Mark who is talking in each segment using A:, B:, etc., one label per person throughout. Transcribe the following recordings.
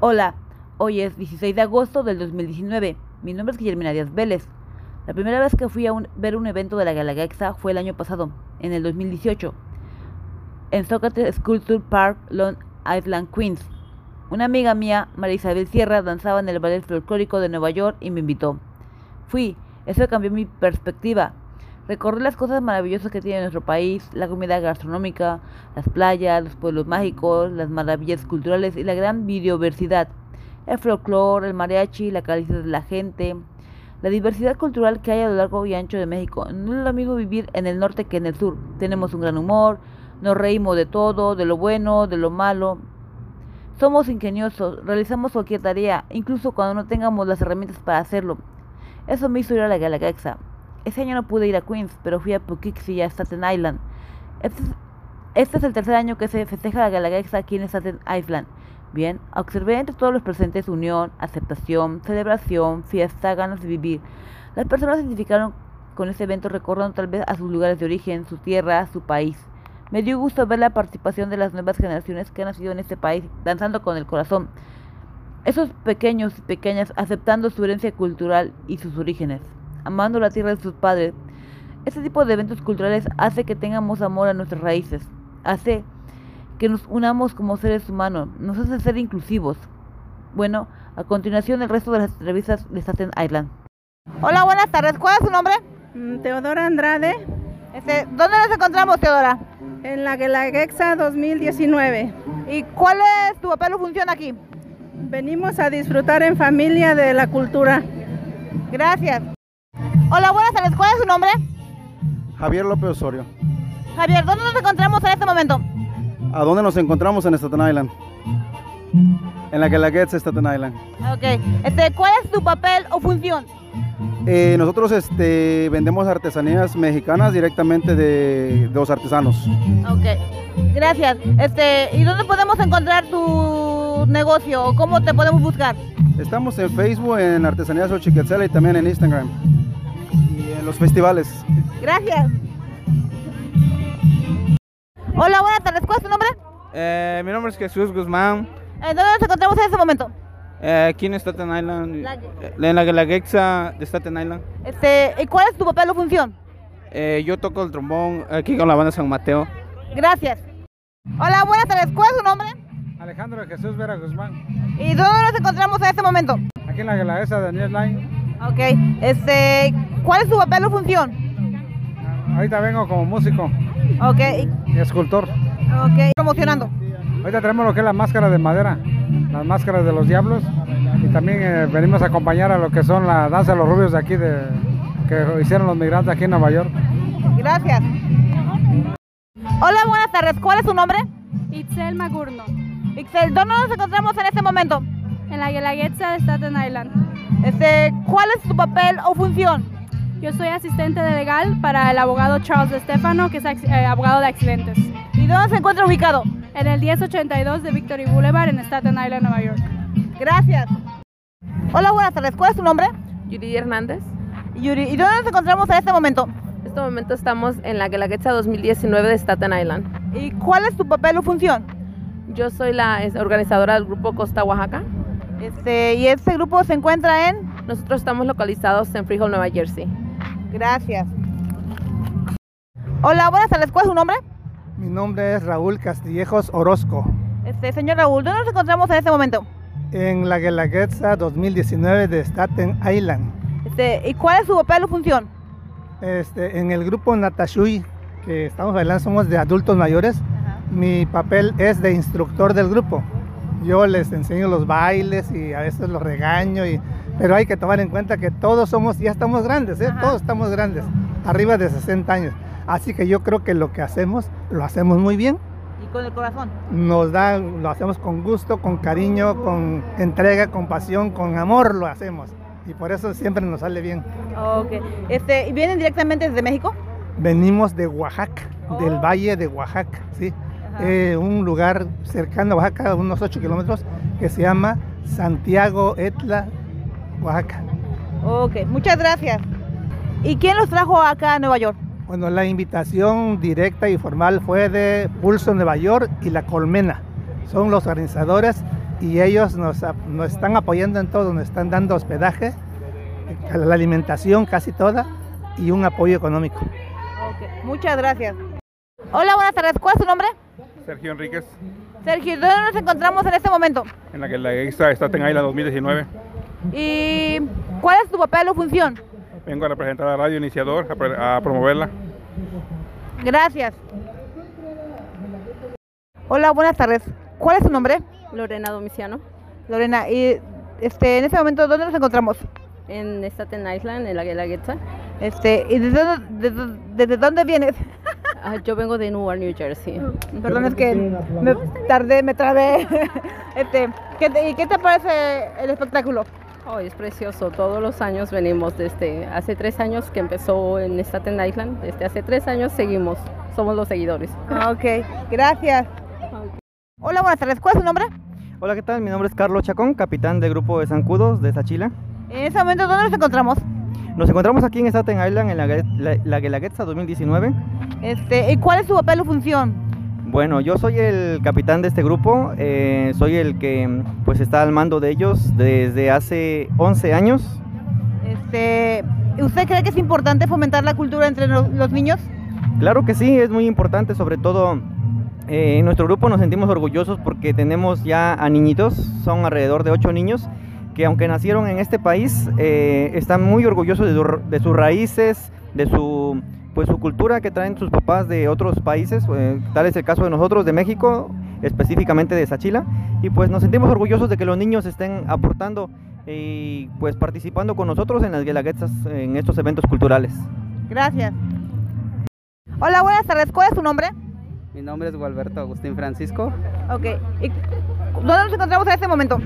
A: Hola, hoy es 16 de agosto del 2019. Mi nombre es Guillermina Díaz Vélez. La primera vez que fui a un- ver un evento de la Galagaxa fue el año pasado, en el 2018, en Socrates Sculpture Park, Long Island, Queens. Una amiga mía, María Isabel Sierra, danzaba en el ballet folclórico de Nueva York y me invitó. Fui, eso cambió mi perspectiva. Recorrí las cosas maravillosas que tiene nuestro país, la comida gastronómica, las playas, los pueblos mágicos, las maravillas culturales y la gran biodiversidad. El folclore, el mariachi, la calidad de la gente. La diversidad cultural que hay a lo largo y ancho de México. No es lo mismo vivir en el norte que en el sur. Tenemos un gran humor, nos reímos de todo, de lo bueno, de lo malo. Somos ingeniosos, realizamos cualquier tarea, incluso cuando no tengamos las herramientas para hacerlo. Eso me hizo ir a la Galagaxa. Ese año no pude ir a Queens, pero fui a Poughkeepsie y a Staten Island. Este es, este es el tercer año que se festeja la Galagaxa aquí en Staten Island. Bien, observé entre todos los presentes unión, aceptación, celebración, fiesta, ganas de vivir. Las personas se identificaron con este evento recordando tal vez a sus lugares de origen, su tierra, su país. Me dio gusto ver la participación de las nuevas generaciones que han nacido en este país, danzando con el corazón. Esos pequeños y pequeñas aceptando su herencia cultural y sus orígenes, amando la tierra de sus padres. Este tipo de eventos culturales hace que tengamos amor a nuestras raíces, hace que nos unamos como seres humanos, nos hace ser inclusivos. Bueno, a continuación el resto de las entrevistas de Staten Island. Hola, buenas tardes. ¿Cuál es su nombre?
B: Mm, Teodora Andrade,
A: Este, ¿Dónde nos encontramos, Teodora?
B: en la Guelaguetza 2019.
A: ¿Y cuál es tu papel o función aquí?
B: Venimos a disfrutar en familia de la cultura.
A: Gracias. Hola, buenas tardes. ¿Cuál es su nombre?
C: Javier López Osorio.
A: Javier, ¿dónde nos encontramos en este momento?
C: ¿A dónde nos encontramos en Staten Island? En la Galaguetza, Staten Island.
A: Ok. Este, ¿Cuál es tu papel o función?
C: Eh, nosotros este, vendemos artesanías mexicanas directamente de, de los artesanos.
A: Ok. Gracias. Este, ¿Y dónde podemos encontrar tu negocio o cómo te podemos buscar?
C: Estamos en Facebook, en Artesanías Ochiquetzela y también en Instagram. Y en los festivales.
A: Gracias. Hola, buenas tardes. ¿Cuál es tu nombre?
D: Eh, mi nombre es Jesús Guzmán,
A: Eh, ¿Dónde nos encontramos en este momento?
D: eh, aquí en Staten Island,
A: La-
D: eh, en la Galaguexa de Staten Island.
A: Este, ¿Y cuál es tu papel o función?
D: Eh, yo toco el trombón aquí con la banda San Mateo.
A: Gracias. Hola, buenas tardes. ¿Cuál es tu nombre?
E: Alejandro Jesús Vera Guzmán,
A: ¿Y dónde nos encontramos en este momento?
E: aquí en la Guelaguetza Daniel Line.
A: Ok. Este, ¿Cuál es tu papel o función?
E: Ahorita vengo como músico
A: Ok.
E: y escultor.
A: Ok. Promocionando.
E: Ahorita tenemos lo que es la máscara de madera, las máscaras de los diablos. Y también eh, venimos a acompañar a lo que son la danza de los rubios de aquí, de, que hicieron los migrantes aquí en Nueva York.
A: Gracias. Hola, buenas tardes. ¿Cuál es su nombre?
F: Itzel Magurno,
A: Ixel, ¿dónde nos encontramos en este momento?
F: en la Guelaguetza de Staten Island.
A: Este, ¿Cuál es su papel o función?
F: Yo soy asistente de legal para el abogado Charles Estefano, que es ac- eh, abogado de accidentes,
A: ¿Y dónde se encuentra ubicado?
F: en el 1082 de Victory Boulevard en Staten Island, Nueva York.
A: Gracias. Hola, buenas tardes. ¿Cuál es su nombre?
G: Yuri Hernández.
A: Yuri, ¿y dónde nos encontramos en este momento?
G: En este momento estamos en la Guelaguetza 2019 de Staten Island.
A: ¿Y cuál es tu papel o función?
G: Yo soy la es, organizadora del grupo Costa Oaxaca.
A: Este, y este grupo se encuentra en.
G: Nosotros estamos localizados en Freehold, Nueva Jersey.
A: Gracias. Hola, buenas tardes. ¿Cuál es su nombre?
H: Mi nombre es Raúl Castillejos Orozco.
A: Este, señor Raúl, ¿dónde nos encontramos en este momento?
H: En la Guelaguetza 2019 de Staten Island.
A: Este, ¿y cuál es su papel o función?
H: Este, en el grupo Natashui, que estamos bailando, somos de adultos mayores. Mi papel es de instructor del grupo. Yo les enseño los bailes y a veces los regaño, y, pero hay que tomar en cuenta que todos somos, ya estamos grandes, ¿eh? todos estamos grandes, arriba de 60 años. Así que yo creo que lo que hacemos, lo hacemos muy bien.
A: Y con el corazón.
H: nos da, lo hacemos con gusto, con cariño, con entrega, con pasión, con amor lo hacemos. Y por eso siempre nos sale bien.
A: Ok. Este, ¿y ¿Vienen directamente desde México?
H: Venimos de Oaxaca, del
A: Oh.
H: Valle de Oaxaca, ¿sí?
A: Ajá.
H: Eh, un lugar cercano a Oaxaca, unos 8 kilómetros, que se llama Santiago Etla, Oaxaca.
A: Ok, muchas gracias. ¿Y quién los trajo acá a Nueva York?
H: Bueno, la invitación directa y formal fue de Pulso Nueva York y La Colmena. Son los organizadores y ellos nos, ap- nos están apoyando en todo, nos están dando hospedaje, la alimentación casi toda y un apoyo económico.
I: Ok, Muchas gracias. Hola, buenas tardes. ¿Cuál es su nombre?
J: Sergio Enríquez,
I: Sergio, ¿dónde nos encontramos en este momento?
J: en la que la extra está en Isla 2019.
I: ¿Y cuál es tu papel o función?
J: Vengo a representar a Radio Iniciador, a pre- a, promoverla.
I: Gracias. Hola, buenas tardes. ¿Cuál es tu nombre?
K: Lorena Domiciano,
I: Lorena, y este, en este momento, ¿dónde nos encontramos?
K: en Staten Island, en la Guelaguetza.
I: Este, ¿y desde dónde, desde- desde dónde vienes?
K: Ah, yo vengo de Newark, New Jersey.
I: Perdón, es que me tardé, me trabé. Este, ¿qué te- ¿Y qué te parece el espectáculo?
K: Hoy es precioso, todos los años venimos desde hace tres años que empezó en Staten Island, desde hace tres años seguimos, somos los seguidores.
I: Ah, Ok, gracias. Hola, buenas tardes. ¿Cuál es su nombre?
L: Hola, ¿qué tal? Mi nombre es Carlos Chacón, capitán del grupo de Zancudos de Sachila.
I: En este momento, ¿dónde nos encontramos?
L: Nos encontramos aquí en Staten Island en la, Gue- la, la Guelaguetza 2019.
I: Este, ¿Y cuál es su papel o función?
L: Bueno, yo soy el capitán de este grupo, eh, soy el que mm, pues está al mando de ellos desde hace 11 años.
I: Este, ¿Usted cree que es importante fomentar la cultura entre los, los niños?
L: Claro que sí, es muy importante, sobre todo eh, en nuestro grupo nos sentimos orgullosos porque tenemos ya a niñitos, son alrededor de 8 niños que aunque nacieron en este país, eh, están muy orgullosos de, su- de sus raíces, de su, pues, su cultura que traen sus papás de otros países, eh, tal es el caso de nosotros, de México, específicamente de Sachila, y pues nos sentimos orgullosos de que los niños estén aportando y pues participando con nosotros en las Guelaguetzas, en estos eventos culturales.
I: Gracias. Hola, buenas tardes. ¿Cuál es su nombre?
M: Mi nombre es Gualberto Agustín Francisco.
I: Ok. ¿Y dónde nos encontramos en este momento?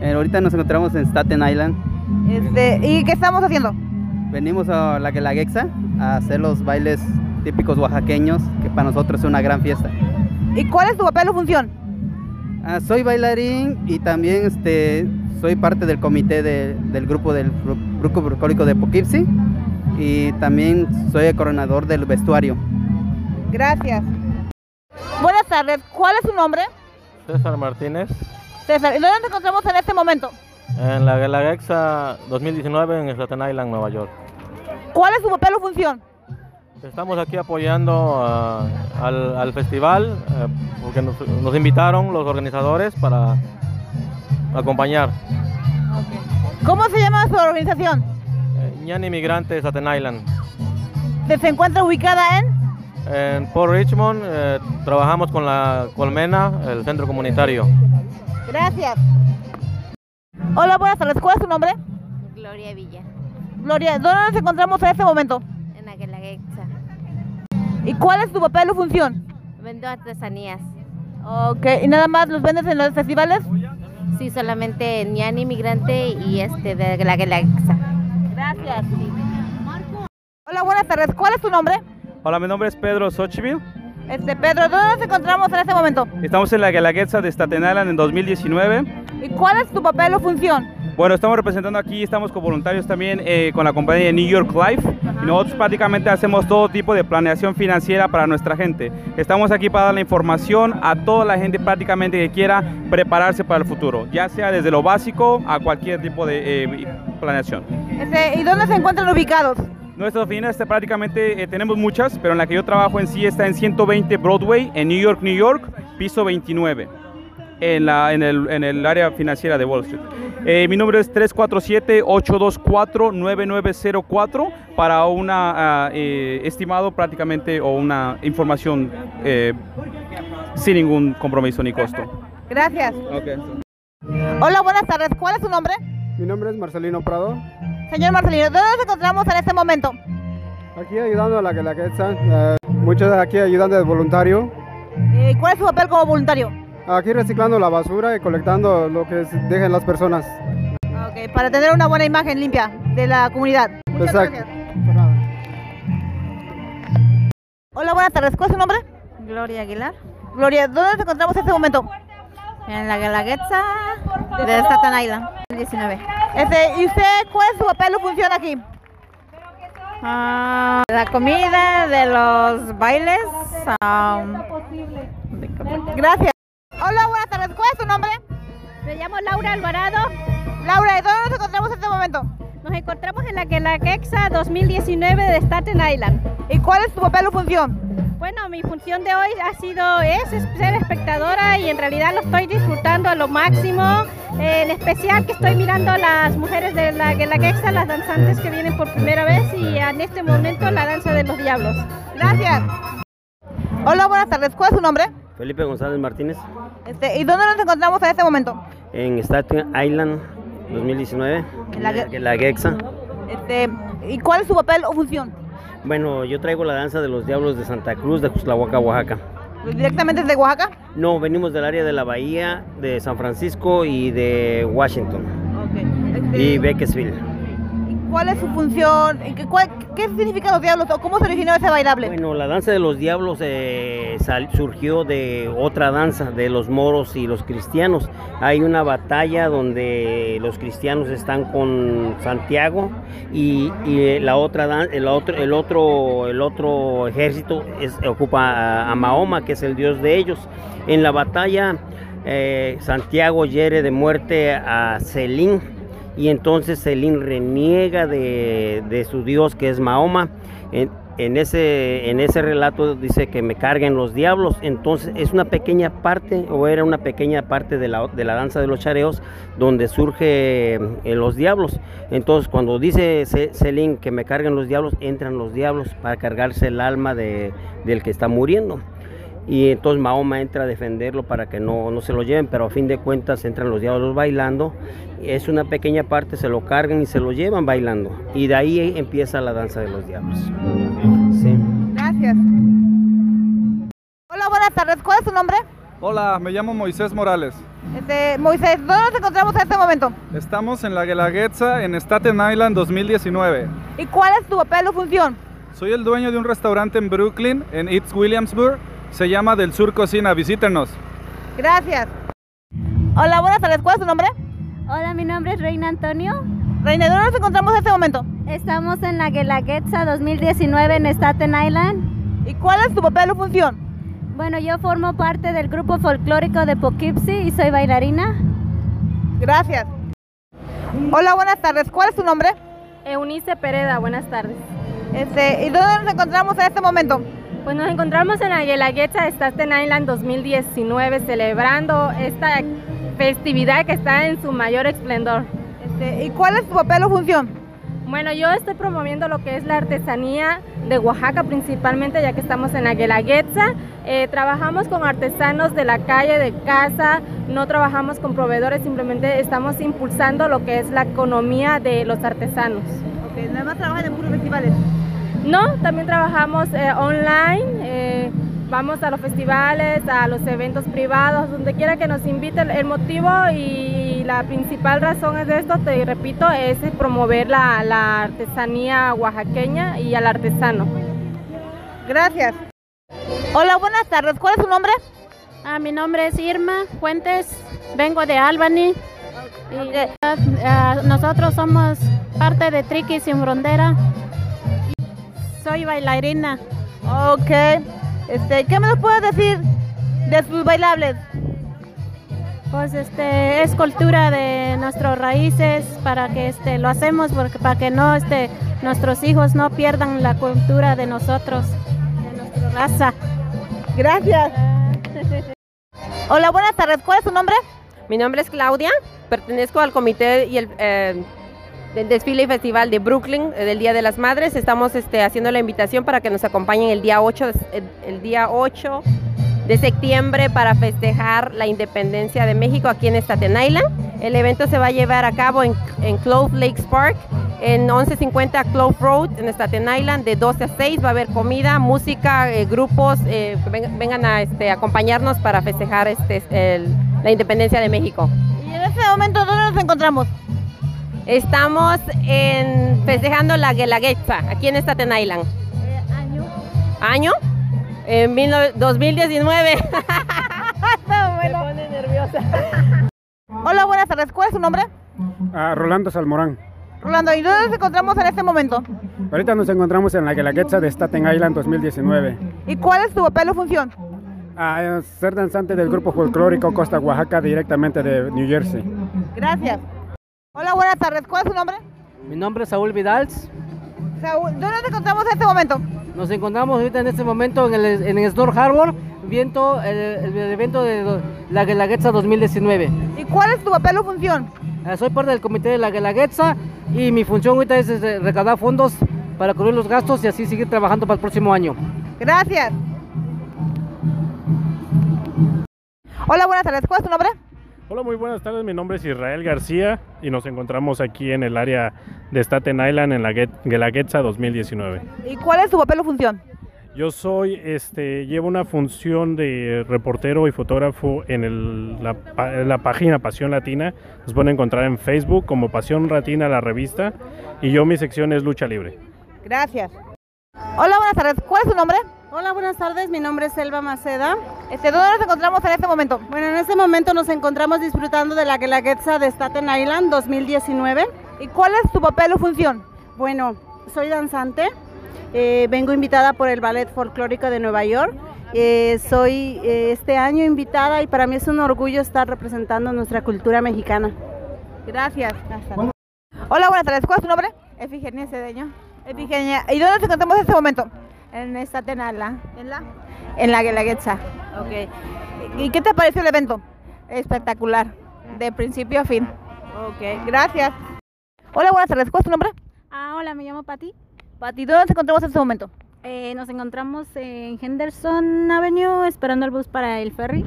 M: Eh, ahorita nos encontramos en Staten Island.
I: Este, ¿Y qué estamos haciendo?
M: Venimos a la Guelaguetza a hacer los bailes típicos oaxaqueños, que para nosotros es una gran fiesta.
I: ¿Y cuál es tu papel o función?
M: Ah, soy bailarín y también este, soy parte del comité de- del grupo del Bru- Grupo Bucólico de Poughkeepsie y también soy el coronador del vestuario.
I: Gracias. Buenas tardes. ¿Cuál es su nombre?
N: César Martínez,
I: César. ¿Y dónde nos encontramos en este momento?
N: en la Guelaguetza 2019 en Staten Island, Nueva York.
I: ¿Cuál es su papel o función?
N: Estamos aquí apoyando ah, al, al festival eh, porque nos, nos invitaron los organizadores para acompañar.
I: ¿Cómo se llama su organización?
N: Eh, Ñani Migrantes Staten Island.
I: Se se encuentra ubicada en...
N: En Port Richmond eh, trabajamos con la Colmena, el centro comunitario.
I: Gracias. Hola, buenas tardes. ¿Cuál es tu nombre?
O: Gloria Villa,
I: Gloria. ¿Dónde nos encontramos en este momento?
O: en la Guelaguetza.
I: ¿Y cuál es tu papel o función?
O: Vendo artesanías.
I: Ok. ¿Y nada más los vendes en los festivales?
O: Sí, solamente Niani Migrante y este de la Guelaguetza.
I: Gracias. Hola, buenas tardes. ¿Cuál es tu nombre?
P: Hola, mi nombre es Pedro Xochivil.
I: Este, Pedro, ¿dónde nos encontramos en este momento?
P: Estamos en la Guelaguetza de Staten Island en 2019.
I: ¿Y cuál es tu papel o función?
P: Bueno, estamos representando aquí, estamos con voluntarios también eh, con la compañía de New York Life. Y nosotros prácticamente hacemos todo tipo de planeación financiera para nuestra gente. Estamos aquí para dar la información a toda la gente prácticamente que quiera prepararse para el futuro, ya sea desde lo básico a cualquier tipo de eh, planeación.
I: Este, ¿Y dónde se encuentran ubicados?
P: Nuestras oficinas este, prácticamente eh, tenemos muchas, pero en la que yo trabajo en sí está en 120 Broadway, en New York, New York, piso 29, en, la, en, el, en el área financiera de Wall Street. Eh, mi número es 347-824-9904 para una ah, eh, estimado prácticamente o una información eh, sin ningún compromiso ni costo.
I: Gracias. Hola, buenas tardes. ¿Cuál es tu nombre?
Q: Mi nombre es Marcelino Prado,
I: Señor Marcelino, ¿dónde nos encontramos en este momento?
Q: aquí ayudando a la Guelaguetza, eh, muchos aquí ayudando de voluntario,
I: Eh, ¿Cuál es su papel como voluntario?
Q: aquí reciclando la basura y colectando lo que se dejan las personas.
I: Ok, para tener una buena imagen limpia de la comunidad. Muchas
Q: Exacto.
I: gracias. Hola, buenas tardes. ¿Cuál es su nombre?
R: Gloria Aguilar,
I: Gloria, ¿dónde nos encontramos en este momento?
R: en la Guelaguetza de Staten Island, 19.
I: Este, ¿Y usted cuál es su papel o función aquí?
R: Ah, la comida, de los bailes. ah,
I: Gracias. Hola, buenas tardes. ¿Cuál es su nombre?
S: Me llamo Laura Alvarado.
I: Laura, ¿y dónde nos encontramos en este momento?
S: Nos encontramos en la Guelaguetza 2019 de Staten Island.
I: ¿Y cuál es tu papel o función?
S: Bueno, mi función de hoy ha sido es ser espectadora y en realidad lo estoy disfrutando a lo máximo. Eh, en especial que estoy mirando a las mujeres de la Guelaguetza, las danzantes que vienen por primera vez y en este momento la danza de los diablos.
I: Gracias. Hola, buenas tardes. ¿Cuál es su nombre?
T: Felipe González Martínez
I: Este, ¿Y dónde nos encontramos en este momento?
T: en Staten Island 2019,
I: En la Ge-
T: en la Gexa.
I: Este, ¿Y cuál es su papel o función?
T: Bueno, yo traigo la danza de los diablos de Santa Cruz, de Cuslahuaca, Oaxaca.
I: ¿Directamente desde Oaxaca?
T: No, venimos del área de la Bahía, de San Francisco y de Washington
I: Este,
T: y Bakersfield.
I: ¿Cuál es su función? ¿Y qué- cuál- ¿Qué significa los diablos o cómo se originó ese bailable?
T: Bueno, la danza de los diablos eh, sal- surgió de otra danza de los moros y los cristianos. Hay una batalla donde los cristianos están con Santiago y, y la otra dan- el otro el otro el otro ejército es- ocupa a- a Mahoma, que es el dios de ellos. En la batalla eh, Santiago hiere de muerte a Selín. Y entonces Selín reniega de, de su Dios que es Mahoma. En, en ese, en ese relato dice que me carguen los diablos. Entonces es una pequeña parte, o era una pequeña parte de la, de la danza de los chareos, donde surge eh, los diablos. Entonces cuando dice Se- Selín que me carguen los diablos, entran los diablos para cargarse el alma de- del que está muriendo. Y entonces Mahoma entra a defenderlo para que no, no se lo lleven, pero a fin de cuentas entran los diablos bailando. Es una pequeña parte, se lo cargan y se lo llevan bailando. Y de ahí empieza la danza de los diablos. Sí.
I: Gracias. Hola, buenas tardes. ¿Cuál es su nombre?
U: Hola, me llamo Moisés Morales.
I: Este, Moisés, ¿dónde nos encontramos en este momento?
U: Estamos en la Guelaguetza en Staten Island 2019.
I: ¿Y cuál es tu papel o función?
U: Soy el dueño de un restaurante en Brooklyn, en East Williamsburg. Se llama Del Sur Cocina. Visítenos.
I: Gracias. Hola, buenas tardes. ¿Cuál es tu nombre?
V: Hola, mi nombre es Reina Antonio.
I: Reina, ¿dónde nos encontramos en este momento?
V: Estamos en la Guelaguetza 2019 en Staten Island.
I: ¿Y cuál es tu papel o función?
V: Bueno, yo formo parte del grupo folclórico de Poughkeepsie y soy bailarina.
I: Gracias. Hola, buenas tardes. ¿Cuál es tu nombre?
W: Eunice Pereda, buenas tardes.
I: Este, ¿Y dónde nos encontramos en este momento?
W: Pues nos encontramos en la Guelaguetza de Staten Island 2019 celebrando esta festividad que está en su mayor esplendor.
I: Este, ¿Y cuál es tu papel o función?
W: Bueno, yo estoy promoviendo lo que es la artesanía de Oaxaca principalmente, ya que estamos en la Guelaguetza. Eh, trabajamos con artesanos de la calle, de casa, no trabajamos con proveedores, simplemente estamos impulsando lo que es la economía de los artesanos.
I: nada más trabajan en puros festivales.
W: No, también trabajamos eh, online, eh, vamos a los festivales, a los eventos privados, donde quiera que nos inviten. El motivo y la principal razón es de esto, te repito, es promover la, la artesanía oaxaqueña y al artesano.
I: Gracias. Hola, buenas tardes. ¿Cuál es su nombre?
X: Ah, mi nombre es Irma Fuentes, vengo de Albany. Y, ah, ah, nosotros somos parte de Triqui Sin Frontera. Y Soy bailarina.
I: Ok. Este, ¿Qué me puedes decir de sus bailables?
X: Pues este es cultura de nuestras raíces para que este lo hacemos porque para que no este nuestros hijos no pierdan la cultura de nosotros, de nuestra raza.
I: Gracias. Hola, buenas tardes. ¿Cuál es su nombre?
G: Mi nombre es Claudia, pertenezco al comité y el, eh, del desfile y festival de Brooklyn eh, del Día de las Madres. Estamos este, haciendo la invitación para que nos acompañen el día 8, de- el- el día 8 de septiembre para festejar la independencia de México aquí en Staten Island. El evento se va a llevar a cabo en, en Clove Lakes Park, en 1150 Clove Road, en Staten Island, de 12 a 6. Va a haber comida, música, eh, grupos, eh, que ven- vengan a este, acompañarnos para festejar este, el- la independencia de México.
I: ¿Y en este momento dónde nos encontramos?
G: Estamos en, festejando la Guelaguetza, aquí en Staten Island.
I: Eh,
G: ¿Año? En mil no- 2019.
I: Ah, Me pone nerviosa. Hola, buenas tardes. ¿Cuál es su nombre?
Y: A Rolando Salmorán.
I: Rolando, ¿y dónde nos encontramos en este momento?
Y: Ahorita nos encontramos en la Guelaguetza de Staten Island 2019.
I: ¿Y cuál es tu papel o función?
Y: a ser danzante del grupo folclórico Costa Oaxaca directamente de New Jersey.
I: Gracias. Hola, buenas tardes. ¿Cuál es su nombre?
B: Mi nombre es Saúl Vidals.
I: Saúl, ¿dónde nos encontramos en este momento?
B: Nos encontramos ahorita en este momento en el, en el Snor Harbor, viendo el, el evento de do- la Guelaguetza 2019.
I: ¿Y cuál es tu papel o función?
B: Eh, Soy parte del comité de la Guelaguetza y mi función ahorita es eh, recaudar fondos para cubrir los gastos y así seguir trabajando para el próximo año.
I: Gracias. Hola, buenas tardes. ¿Cuál es tu nombre?
C: Hola, muy buenas tardes. Mi nombre es Israel García y nos encontramos aquí en el área de Staten Island en la Guet- Guelaguetza 2019.
I: ¿Y cuál es tu papel o función?
C: Yo soy, este, llevo una función de reportero y fotógrafo en el- la, pa- en la página Pasión Latina. Nos pueden encontrar en Facebook como Pasión Latina la revista y yo mi sección es lucha libre.
I: Gracias. Hola, buenas tardes. ¿Cuál es su nombre?
D: Hola, buenas tardes. Mi nombre es Elba Maceda.
I: Este, ¿Dónde nos encontramos en este momento?
D: Bueno, en este momento nos encontramos disfrutando de la Guelaguetza de Staten Island 2019.
I: ¿Y cuál es tu papel o función?
D: Bueno, soy danzante. eh, vengo invitada por el Ballet Folclórico de Nueva York. Eh, soy eh, este año invitada y para mí es un orgullo estar representando nuestra cultura mexicana.
I: Gracias. Hola, buenas tardes. ¿Cuál es tu nombre?
D: Efigenia Cedeño.
I: Efigenia. ¿Y dónde nos encontramos en este momento?
D: En esta tenala.
I: En la.
D: En la Guelaguetza.
I: Ok. ¿Y qué te pareció el evento?
D: Espectacular. De principio a fin.
I: Ok, gracias. Hola, buenas tardes. ¿Cuál es tu nombre?
E: Ah, hola, me llamo Patti.
I: Pati, ¿dónde nos encontramos en este momento?
E: Eh, nos encontramos en Henderson Avenue esperando el bus para el ferry.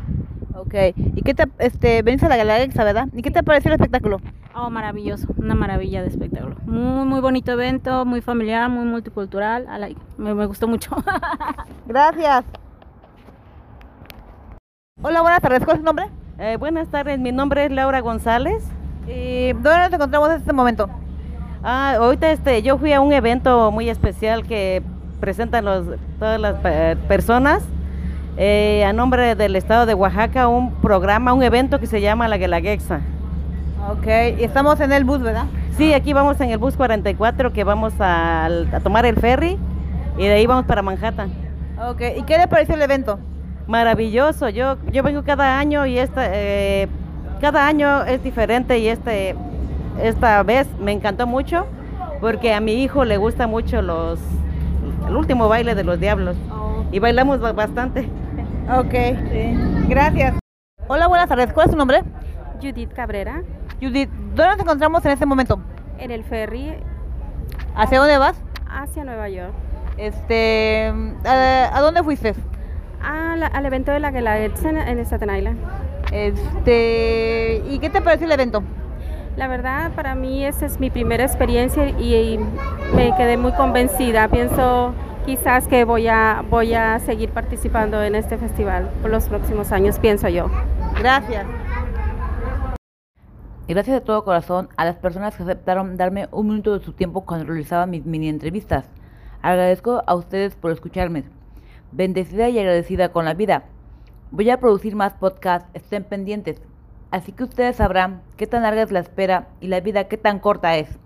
I: Ok. ¿Y qué te, este, venís a la Galaxia, verdad? ¿Y qué te pareció el espectáculo?
E: Oh, maravilloso, una maravilla de espectáculo. Muy, muy bonito evento, muy familiar, muy multicultural. I like- me, me gustó mucho.
I: Gracias. Hola, buenas tardes. ¿Cuál es tu nombre?
F: Eh, buenas tardes, mi nombre es Laura González.
I: ¿Y dónde nos encontramos en este momento?
F: Ah, ahorita este, yo fui a un evento muy especial que presentan los, todas las pe- personas eh, a nombre del Estado de Oaxaca un programa, un evento que se llama La Guelaguexa.
I: Ok. Y estamos en el bus, ¿verdad?
F: Sí, aquí vamos en el bus 44 que vamos al- a, tomar el ferry y de ahí vamos para Manhattan.
I: Ok. ¿Y qué le pareció el evento?
F: Maravilloso, yo, yo vengo cada año y esta, eh, cada año es diferente y este, esta vez me encantó mucho porque a mi hijo le gusta mucho los, el último baile de los diablos y bailamos ba- bastante.
I: Oh. Ok. Gracias. Hola, buenas tardes. ¿Cuál es tu nombre?
Z: Judith Cabrera,
I: Judith, ¿dónde nos encontramos en este momento?
Z: en el ferry
I: ¿Hacia dónde vas?
Z: hacia Nueva York.
I: Este, ¿a, a dónde fuiste?
Z: A la- al evento de la Guelaguetza en, en Staten Island.
I: Este, ¿y qué te pareció el evento?
Z: La verdad, para mí esa es mi primera experiencia y, y me quedé muy convencida. Pienso quizás que voy a, voy a seguir participando en este festival por los próximos años, pienso yo.
I: Gracias.
A: Y gracias de todo corazón a las personas que aceptaron darme un minuto de su tiempo cuando realizaba mis mini entrevistas. Agradezco a ustedes por escucharme. Bendecida y agradecida con la vida. Voy a producir más podcasts, estén pendientes. Así que ustedes sabrán qué tan larga es la espera y la vida qué tan corta es.